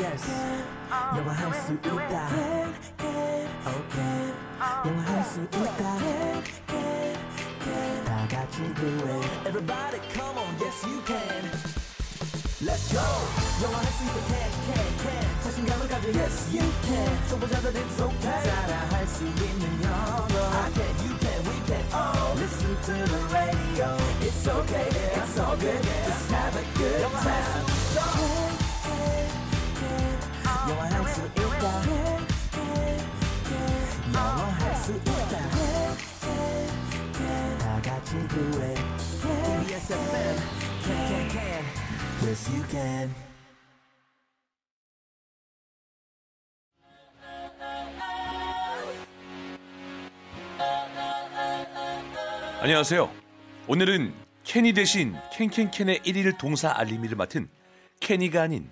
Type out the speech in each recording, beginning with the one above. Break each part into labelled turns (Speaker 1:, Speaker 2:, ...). Speaker 1: yes 영화할 수 있다 okay 영화할 수 있다 다 같이 do it everybody come on yes you can Let's go 영화할 수 있다 can can can 자신감을 가져 yes you can 초보자들 it's okay 따라할 수 있는 영어 I can you can we can all listen to the radio it's okay yeah, it's all good just have a good time 영화할 수 있다 영화할 수 있다 다 같이 do it KBS FM can can can yes you can
Speaker 2: 안녕하세요. 오늘은 캐니 대신 캔캔캔의 1일 동사 알림이를 맡은 캐니가 아닌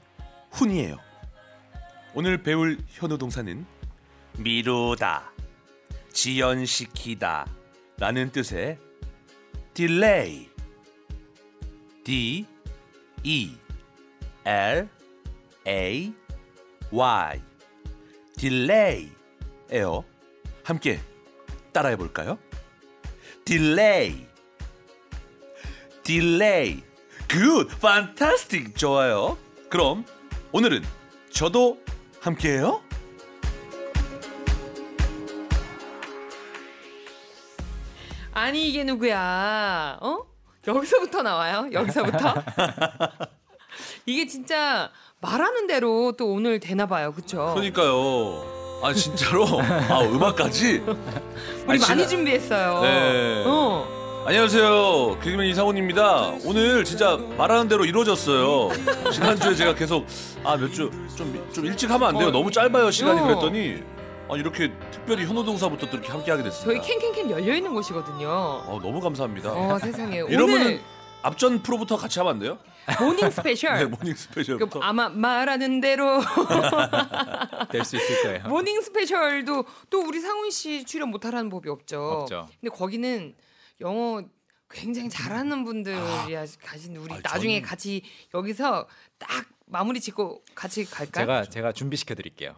Speaker 2: 훈이에요. 오늘 배울 현우 동사는 미루다, 지연시키다 라는 뜻의 delay, d e l a y delay예요. 함께 따라해 볼까요? delay. delay. good. fantastic. 좋아요. 그럼 오늘은 저도 함께 해요.
Speaker 3: 아니 이게 누구야? 어? 여기서부터 나와요? 여기서부터? 이게 진짜 말하는 대로 또 오늘 되나 봐요, 그렇죠?
Speaker 2: 그러니까 그러니까요. 아 진짜로. 아 음악까지. 아니,
Speaker 3: 우리 많이
Speaker 2: 지나-
Speaker 3: 준비했어요.
Speaker 2: 네.
Speaker 3: 어.
Speaker 2: 안녕하세요. 개그맨 이상훈입니다. 오늘 진짜 말하는 대로 이루어졌어요. 지난주에 제가 계속 아 몇 주 좀 좀 일찍 하면 안 돼요. 너무 짧아요 시간이
Speaker 3: 어.
Speaker 2: 그랬더니 아 이렇게 특별히 현우 동사부터 또 이렇게 함께 하게
Speaker 3: 저희
Speaker 2: 됐습니다.
Speaker 3: 캔캔캔 열려 있는 곳이거든요.
Speaker 2: 아, 너무 감사합니다.
Speaker 3: 어, 세상에.
Speaker 2: 이러면은
Speaker 3: 오늘
Speaker 2: 앞전 프로부터 같이 하면 안 돼요?
Speaker 3: 모닝 스페셜.
Speaker 2: 네, 모닝
Speaker 3: 그
Speaker 2: 스페셜부터.
Speaker 3: 아마 말하는 대로
Speaker 4: 될 수 있을 거예요.
Speaker 3: 모닝 스페셜도 또 우리 상훈 씨 출연 못 하라는 법이 없죠.
Speaker 4: 없죠.
Speaker 3: 근데 거기는 영어 굉장히 잘하는 분들이 아, 가신 우리
Speaker 2: 아,
Speaker 3: 나중에
Speaker 2: 저는-
Speaker 3: 같이 여기서 딱 마무리 짓고 같이 갈까요?
Speaker 4: 제가 네, 제가 준비시켜 드릴게요.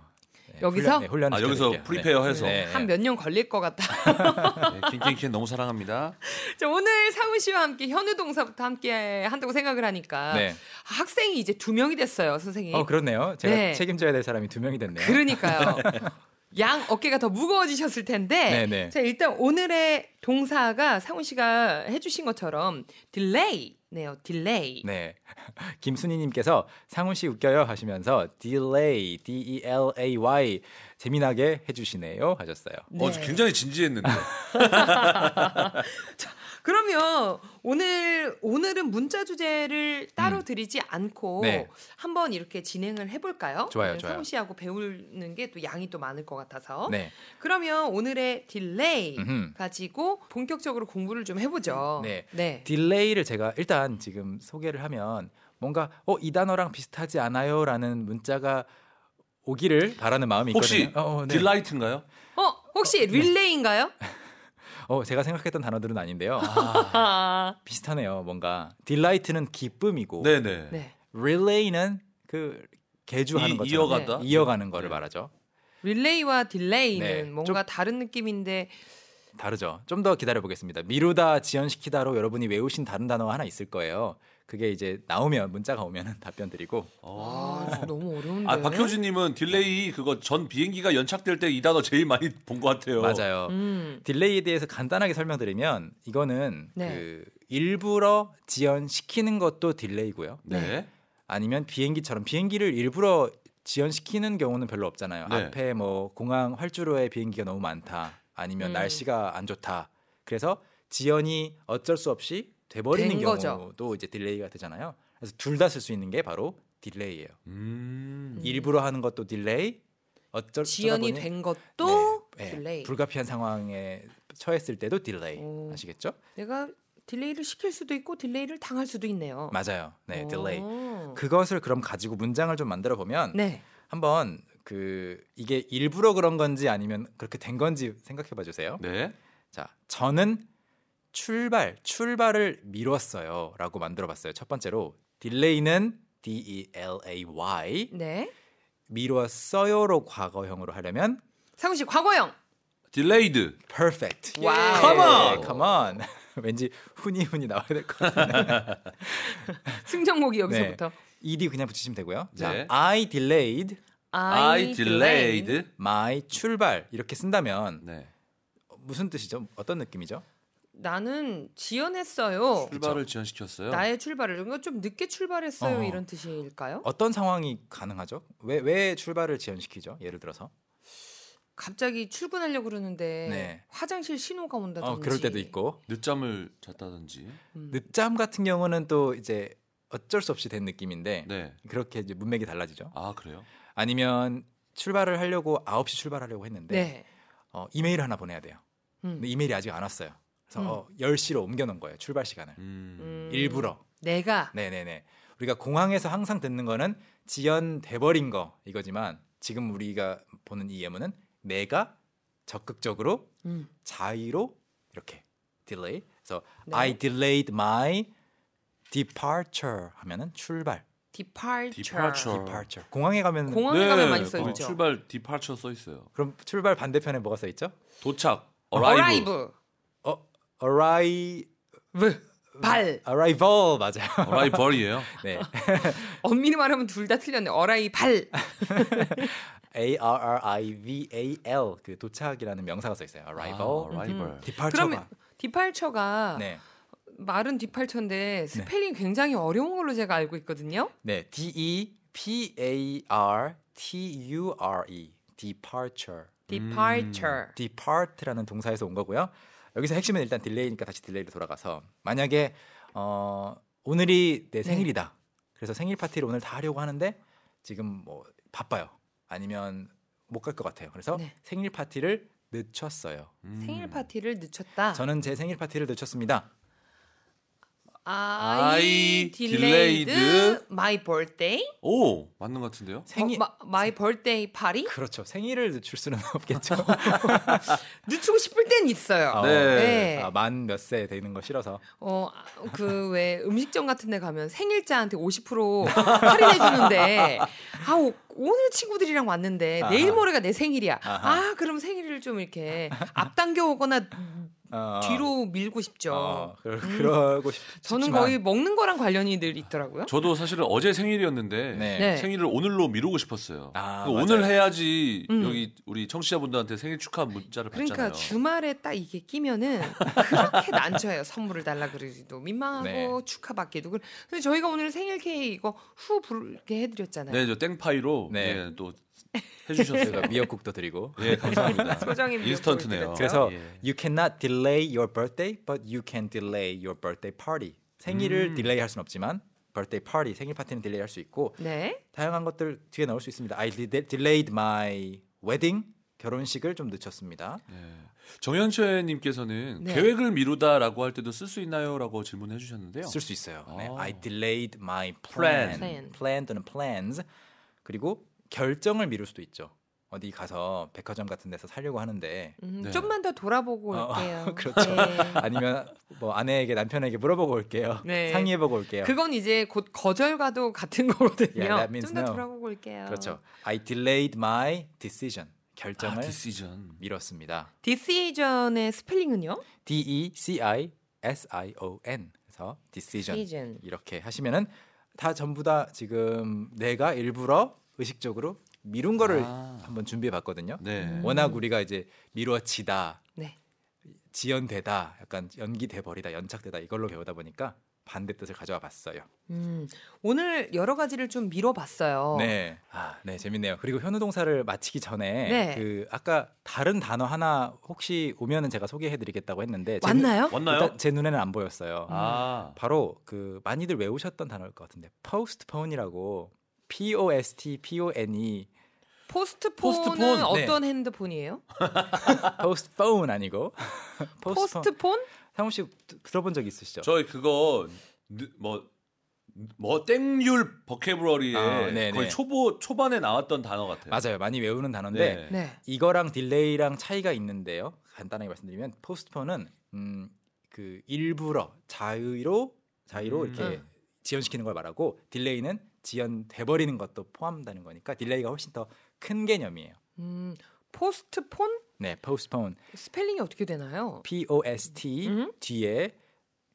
Speaker 4: 네,
Speaker 3: 여기서?
Speaker 4: 훈련,
Speaker 2: 아, 여기서 프리페어 해서.
Speaker 3: 한 몇 년 걸릴 것 같다.
Speaker 2: 네, 킹킹킹 너무 사랑합니다.
Speaker 3: 자, 오늘 상훈 씨와 함께 현우 동사부터 함께 한다고 생각을 하니까
Speaker 4: 네.
Speaker 3: 아, 학생이 이제 두 명이 됐어요, 선생님.
Speaker 4: 어 그렇네요. 제가
Speaker 3: 네.
Speaker 4: 책임져야 될 사람이 두 명이 됐네요.
Speaker 3: 그러니까요. 양 어깨가 더 무거워지셨을 텐데.
Speaker 4: 네네.
Speaker 3: 자, 일단 오늘의 동사가 상훈 씨가 해주신 것처럼 딜레이네요. 딜레이.
Speaker 4: 네. 김순희님께서 상훈 씨 웃겨요 하시면서 delay, d e l a y 재미나게 해주시네요 하셨어요.
Speaker 2: 어, 굉장히 진지했는데.
Speaker 3: 그러면 오늘 오늘은 문자 주제를 따로 드리지 않고
Speaker 4: 음. 네.
Speaker 3: 한번 이렇게 진행을 해볼까요?
Speaker 4: 좋아요,
Speaker 3: 네,
Speaker 4: 좋아요.
Speaker 3: 상훈 씨하고 배우는 게 또 양이 또 많을 것 같아서.
Speaker 4: 네.
Speaker 3: 그러면 오늘의 딜레이
Speaker 4: 음흠.
Speaker 3: 가지고 본격적으로 공부를 좀 해보죠.
Speaker 4: 네.
Speaker 3: 네.
Speaker 4: 딜레이를 제가 일단 지금 소개를 하면 뭔가 어, 이 단어랑 비슷하지 않아요라는 문자가 오기를 바라는 마음이
Speaker 2: 혹시
Speaker 4: 있거든요. 어, 어, 네.
Speaker 2: 딜라이트인가요?
Speaker 3: 어 혹시 릴레이인가요?
Speaker 4: 어, 제가 생각했던 단어들은 아닌데요.
Speaker 3: 아.
Speaker 4: 비슷하네요. 뭔가 딜라이트는 기쁨이고
Speaker 2: 네, 네.
Speaker 3: 네.
Speaker 4: 릴레이는 그 개주하는
Speaker 2: 이-
Speaker 4: 거죠.
Speaker 2: 이어가다?
Speaker 4: 이어가는 거를
Speaker 2: 네.
Speaker 4: 말하죠.
Speaker 3: 릴레이와 딜레이는
Speaker 4: 네,
Speaker 3: 뭔가 다른 느낌인데
Speaker 4: 다르죠. 좀 더 기다려 보겠습니다. 미루다, 지연시키다로 여러분이 외우신 다른 단어가 하나 있을 거예요. 그게 이제 나오면 문자가 오면은 답변 드리고
Speaker 2: 어.
Speaker 3: 아, 너무 어려운데.
Speaker 2: 아, 박효진 님은 딜레이 그거 전 비행기가 연착될 때 이 단어 제일 많이 본 것 같아요.
Speaker 4: 맞아요.
Speaker 3: 음.
Speaker 4: 딜레이에 대해서 간단하게 설명드리면 이거는
Speaker 3: 네.
Speaker 4: 그 일부러 지연시키는 것도 딜레이고요.
Speaker 2: 네.
Speaker 4: 아니면 비행기처럼 비행기를 일부러 지연시키는 경우는 별로 없잖아요.
Speaker 2: 네.
Speaker 4: 앞에 뭐 공항 활주로에 비행기가 너무 많다. 아니면
Speaker 3: 음.
Speaker 4: 날씨가 안 좋다. 그래서 지연이 어쩔 수 없이 돼버리는
Speaker 3: 된 거죠.
Speaker 4: 경우도 이제 딜레이가 되잖아요. 그래서 둘 다 쓸 수 있는 게 바로 딜레이예요.
Speaker 2: 음.
Speaker 4: 일부러 하는 것도 딜레이. 어쩔
Speaker 3: 지연이
Speaker 4: 어쩌다 보니-
Speaker 3: 된 것도
Speaker 4: 네, 네.
Speaker 3: 딜레이.
Speaker 4: 불가피한 상황에 처했을 때도 딜레이.
Speaker 3: 오.
Speaker 4: 아시겠죠?
Speaker 3: 내가 딜레이를 시킬 수도 있고 딜레이를 당할 수도 있네요.
Speaker 4: 맞아요. 네,
Speaker 3: 오.
Speaker 4: 딜레이. 그것을 그럼 가지고 문장을 좀 만들어 보면
Speaker 3: 네.
Speaker 4: 한번 그 이게 일부러 그런 건지 아니면 그렇게 된 건지 생각해 봐 주세요.
Speaker 2: 네.
Speaker 4: 자, 저는 출발, 출발을 미뤘어요. 라고 만들어 봤어요. 첫 번째로 딜레이는 D E L A Y,
Speaker 3: 네.
Speaker 4: 미뤘어요로 과거형으로 하려면
Speaker 3: 상훈 씨 과거형.
Speaker 2: delayed.
Speaker 4: perfect.
Speaker 3: 와우.
Speaker 2: Come on.
Speaker 4: 네, come on. 왠지 훈이훈이 나와야 될 것 같은데.
Speaker 3: 승정목이
Speaker 4: 네.
Speaker 3: 여기서부터.
Speaker 4: ed 그냥 붙이시면 되고요.
Speaker 2: 네.
Speaker 4: 자, I delayed
Speaker 2: I delayed.
Speaker 4: my 출발 이렇게 쓴다면
Speaker 2: 네.
Speaker 4: 무슨 뜻이죠? 어떤 느낌이죠?
Speaker 3: 나는 지연했어요.
Speaker 2: 출발을 지연시켰어요.
Speaker 3: 나의 출발을 그러니까 좀 늦게 출발했어요
Speaker 4: 어.
Speaker 3: 이런 뜻일까요?
Speaker 4: 어떤 상황이 가능하죠? 왜 왜 출발을 지연시키죠? 예를 들어서
Speaker 3: 갑자기 출근하려고 그러는데
Speaker 4: 네.
Speaker 3: 화장실 신호가 온다든지. 음.
Speaker 4: 어, 그럴 때도 있고
Speaker 2: 늦잠을 잤다든지.
Speaker 4: 늦잠 같은 경우는 또 이제 어쩔 수 없이 된 느낌인데
Speaker 2: 네.
Speaker 4: 그렇게 이제 문맥이 달라지죠.
Speaker 2: 아 그래요?
Speaker 4: 아니면 출발을 하려고 9시 출발하려고 했는데
Speaker 3: 네.
Speaker 4: 어, 이메일 하나 보내야 돼요.
Speaker 3: 음.
Speaker 4: 근데 이메일이 아직 안 왔어요. 그래서
Speaker 3: 음.
Speaker 4: 어, 10시로 옮겨 놓은 거예요. 출발 시간을.
Speaker 2: 음.
Speaker 3: 음.
Speaker 4: 일부러.
Speaker 3: 내가
Speaker 4: 네, 네, 네. 우리가 공항에서 항상 듣는 거는 지연돼 버린 거 이거지만 지금 우리가 보는 이 예문은 내가 적극적으로
Speaker 3: 음.
Speaker 4: 자의로 이렇게 delay. 그래서
Speaker 3: 네.
Speaker 4: I delayed my departure 하면은 출발.
Speaker 3: departure.
Speaker 2: Departure.
Speaker 4: departure. 공항에 가면
Speaker 3: 공항에 가면 많이 써
Speaker 2: 거기
Speaker 3: 있죠.
Speaker 2: 네. 출발 departure 써 있어요.
Speaker 4: 그럼 출발 반대편에 뭐가 써 있죠?
Speaker 2: 도착. arrive.
Speaker 3: arrive.
Speaker 4: 어, arrive
Speaker 3: 발.
Speaker 4: arrival 맞아요.
Speaker 2: arrival이에요.
Speaker 4: 네.
Speaker 3: 엄밀히 말하면 둘 다 틀렸네. 어라이 발.
Speaker 4: A R R I V A L 그 도착이라는 명사가 써 있어요.
Speaker 3: 음.
Speaker 4: arrival.
Speaker 2: 아, arrival.
Speaker 4: departure가
Speaker 3: 그러면 디팔처가
Speaker 4: 네.
Speaker 3: 말은 디팔처인데 스펠링 이 굉장히 어려운 걸로 제가 알고 있거든요.
Speaker 4: 네, D E P A R T U R E departure.
Speaker 3: departure.
Speaker 4: depart라는 동사에서 온 거고요. 여기서 핵심은 일단 딜레이니까 다시 딜레이로 돌아가서 만약에 어, 오늘이
Speaker 3: 네.
Speaker 4: 내 생일이다. 그래서 생일 파티를 오늘 다 하려고 하는데 지금 뭐 바빠요. 아니면 못 갈 것 같아요. 그래서
Speaker 3: 네.
Speaker 4: 생일 파티를 늦췄어요.
Speaker 3: 생일 파티를 늦췄다.
Speaker 4: 저는 제 생일 파티를 늦췄습니다.
Speaker 3: I
Speaker 2: I
Speaker 3: delayed
Speaker 2: delayed
Speaker 3: my birthday.
Speaker 2: 오 맞는 것 같은데요?
Speaker 4: 생일
Speaker 3: 어, 마, my birthday party.
Speaker 4: 그렇죠. 생일을 늦출 수는 없겠죠.
Speaker 3: 늦추고 싶을 땐 있어요.
Speaker 4: 어,
Speaker 2: 네.
Speaker 4: 아, 만몇 세 되는 거 싫어서.
Speaker 3: 어, 그 왜 음식점 같은 데 가면 생일자한테 50% 할인해 주는데 아, 오- 오늘 친구들이랑 왔는데 내일
Speaker 4: 아하.
Speaker 3: 모레가 내 생일이야. 아, 그럼 생일을 좀 이렇게 앞당겨 오거나
Speaker 4: 어,
Speaker 3: 뒤로 밀고 싶죠.
Speaker 4: 어, 그러, 그러고 싶,
Speaker 3: 저는
Speaker 4: 싶지만
Speaker 3: 거의 먹는 거랑 관련이 늘 있더라고요.
Speaker 2: 저도 사실은 어제 생일이었는데
Speaker 4: 네.
Speaker 3: 네.
Speaker 2: 생일을 오늘로 미루고 싶었어요.
Speaker 4: 아,
Speaker 2: 그 오늘
Speaker 4: 맞아요.
Speaker 2: 해야지
Speaker 3: 음.
Speaker 2: 여기 우리 청취자분들한테 생일 축하 문자를
Speaker 3: 그러니까
Speaker 2: 받잖아요.
Speaker 3: 주말에 딱 이게 끼면은 그렇게 난처해요. 선물을 달라 그러기도 민망하고
Speaker 4: 네.
Speaker 3: 축하받기도. 그래- 근데 저희가 오늘 생일 케이크 이거 후 부르게 해드렸잖아요.
Speaker 2: 네, 저 땡파이로
Speaker 4: 네.
Speaker 2: 예, 또
Speaker 4: 저희가
Speaker 2: 해주셨어요.
Speaker 3: 네.
Speaker 4: 미역국도 드리고.
Speaker 2: 예, 감사합니다.
Speaker 3: 소장님
Speaker 2: 인스턴트네요.
Speaker 3: 미역국을
Speaker 4: 그래서
Speaker 2: 예.
Speaker 4: you cannot delay your birthday, but you can delay your birthday party.
Speaker 3: 음.
Speaker 4: 생일을 딜레이 할 수는 없지만 birthday party 생일 파티는 딜레이 할 수 있고
Speaker 3: 네.
Speaker 4: 다양한 것들 뒤에 나올 수 있습니다. I de- delayed my wedding 결혼식을 좀 늦췄습니다.
Speaker 2: 정현채님께서는
Speaker 3: 네.
Speaker 2: 계획을 미루다라고 할 때도 쓸 수 있나요?라고 질문해 주셨는데요.
Speaker 4: 쓸 수 있어요. 네.
Speaker 2: 아.
Speaker 4: I delayed my plan.
Speaker 3: Plan.
Speaker 4: plan. 또는 plans. 그리고 결정을 미룰 수도 있죠. 어디 가서 백화점 같은 데서 살려고 하는데
Speaker 3: 음,
Speaker 2: 네.
Speaker 3: 좀만 더 돌아보고
Speaker 4: 어,
Speaker 3: 올게요.
Speaker 4: 그렇죠.
Speaker 3: 네.
Speaker 4: 아니면 뭐 아내에게 남편에게 물어보고 올게요.
Speaker 3: 네.
Speaker 4: 상의해보고 올게요.
Speaker 3: 그건 이제 곧 거절과도 같은 거거든요.
Speaker 4: 예. Yeah, that means
Speaker 3: 좀 더
Speaker 4: no.
Speaker 3: 돌아보고 올게요.
Speaker 4: 그렇죠. I delayed my decision. 결정을
Speaker 2: 아, decision.
Speaker 4: 미뤘습니다.
Speaker 3: 디시전의 스펠링은요?
Speaker 4: D E C I S I O N. 그래서 decision,
Speaker 3: Decision.
Speaker 4: 이렇게 하시면은 다 전부 다 지금 내가 일부러 의식적으로 미룬 거를
Speaker 2: 아.
Speaker 4: 한번 준비해 봤거든요.
Speaker 2: 네.
Speaker 3: 음.
Speaker 4: 워낙 우리가 이제 미뤄지다,
Speaker 3: 네.
Speaker 4: 지연되다, 약간 연기돼 버리다, 연착되다 이걸로 배우다 보니까 반대 뜻을 가져와 봤어요.
Speaker 3: 음, 오늘 여러 가지를 좀 미뤄봤어요.
Speaker 4: 네. 아, 네, 재밌네요. 그리고 현우 동사를 마치기 전에
Speaker 3: 네.
Speaker 4: 그 아까 다른 단어 하나 혹시 오면은 제가 소개해 드리겠다고 했는데 제 눈-
Speaker 3: 왔나요? 음.
Speaker 2: 왔나요?
Speaker 4: 일단 제 눈에는 안 보였어요.
Speaker 2: 아,
Speaker 4: 바로 그 많이들 외우셨던 단어일 것 같은데 postpone이라고 P O S T P O N E
Speaker 3: 포스트폰은
Speaker 4: 포스트폰, 네.
Speaker 3: 어떤 핸드폰이에요?
Speaker 4: postpone 아니고 postpone.
Speaker 3: 포스트폰?
Speaker 4: 상우 씨 드- 들어본 적 있으시죠?
Speaker 2: 저희 그거 느- 뭐. 뭐 땡률 버캐브러리에
Speaker 4: 아, 네네.
Speaker 2: 거의 초보 초반에 나왔던 단어 같아요.
Speaker 4: 맞아요. 많이 외우는 단어인데
Speaker 2: 네.
Speaker 3: 네.
Speaker 4: 이거랑 딜레이랑 차이가 있는데요. 간단하게 말씀드리면 포스트폰은 음, 그 일부러 자의로 자의로
Speaker 2: 음.
Speaker 4: 이렇게
Speaker 3: 음.
Speaker 4: 지연시키는 걸 말하고 딜레이는 지연돼 버리는 것도 포함한다는 거니까 딜레이가 훨씬 더 큰 개념이에요.
Speaker 3: 음, 포스트폰
Speaker 4: 네, postpone.
Speaker 3: 스펠링이 어떻게 되나요?
Speaker 4: P O S T
Speaker 3: 음?
Speaker 4: 뒤에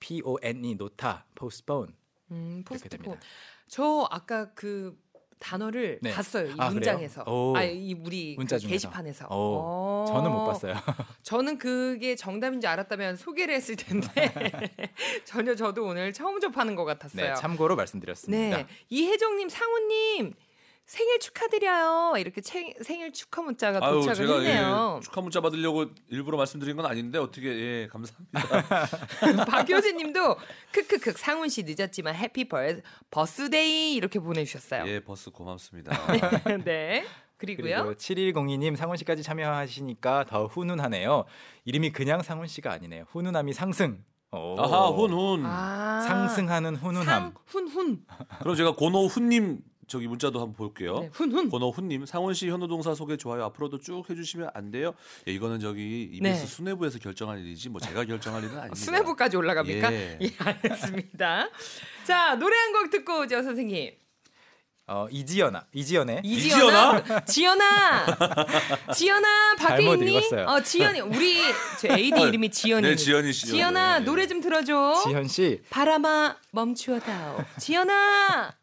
Speaker 4: P O N E 노타 postpone
Speaker 3: 음,
Speaker 4: 이렇게
Speaker 3: 포스트폰.
Speaker 4: 됩니다.
Speaker 3: 저 아까 그 단어를
Speaker 4: 네.
Speaker 3: 봤어요. 이
Speaker 4: 아, 그래요?
Speaker 3: 문장에서.
Speaker 4: 오.
Speaker 3: 아, 이 우리
Speaker 4: 문자
Speaker 3: 그
Speaker 4: 중에서.
Speaker 3: 게시판에서.
Speaker 4: 오,
Speaker 3: 어.
Speaker 4: 저는 못 봤어요.
Speaker 3: 저는 그게 정답인 줄 알았다면 소개를 했을 텐데 전혀 저도 오늘 처음 접하는 것 같았어요.
Speaker 4: 네, 참고로 말씀드렸습니다.
Speaker 3: 네. 이혜정님, 상우님 생일 축하드려요. 이렇게 채- 생일 축하 문자가
Speaker 2: 아유
Speaker 3: 도착을
Speaker 2: 제가
Speaker 3: 했네요.
Speaker 2: 예, 축하 문자 받으려고 일부러 말씀드린 건 아닌데 어떻게 예 감사합니다.
Speaker 3: 박효진님도 크크크 상훈 씨 늦었지만 해피 벌 버스데이 이렇게 보내주셨어요.
Speaker 2: 예 버스 고맙습니다.
Speaker 3: 네.
Speaker 4: 그리고
Speaker 3: 그리고요.
Speaker 4: 7102님 상훈 씨까지 참여하시니까 더 훈훈하네요. 이름이 그냥 상훈 씨가 아니네요. 훈훈함이 상승. 오.
Speaker 2: 어, 아하 훈훈.
Speaker 3: 아,
Speaker 4: 상승하는 훈훈함.
Speaker 3: 훈훈.
Speaker 2: 그럼 제가 고노훈님 저기 문자도 한번 볼게요.
Speaker 3: 네, 훈훈.
Speaker 2: 고노훈님 상원 씨 현우 동사 소개 좋아요. 앞으로도 쭉 해주시면 안 돼요. 예, 이거는 저기 EBS
Speaker 3: 네.
Speaker 2: 수뇌부에서 결정할 일이지 뭐 제가 결정할 일은 아닙니다.
Speaker 3: 수뇌부까지 올라갑니까?
Speaker 2: 예.
Speaker 3: 예, 알겠습니다. 자, 노래 한 곡 듣고 오죠, 선생님.
Speaker 4: 어, 이지연아. 이지연의
Speaker 3: 이지연아, 지연아, 지연아 밖에
Speaker 4: 잘못
Speaker 3: 있니?
Speaker 4: 읽었어요.
Speaker 3: 어, 지연이 우리 저 AD 이름이 지연이.
Speaker 2: 네, 지연이 씨.
Speaker 3: 지연아
Speaker 2: 네.
Speaker 3: 노래 좀 들어줘.
Speaker 4: 지현 씨.
Speaker 3: 바람아 멈추어다오. 지연아.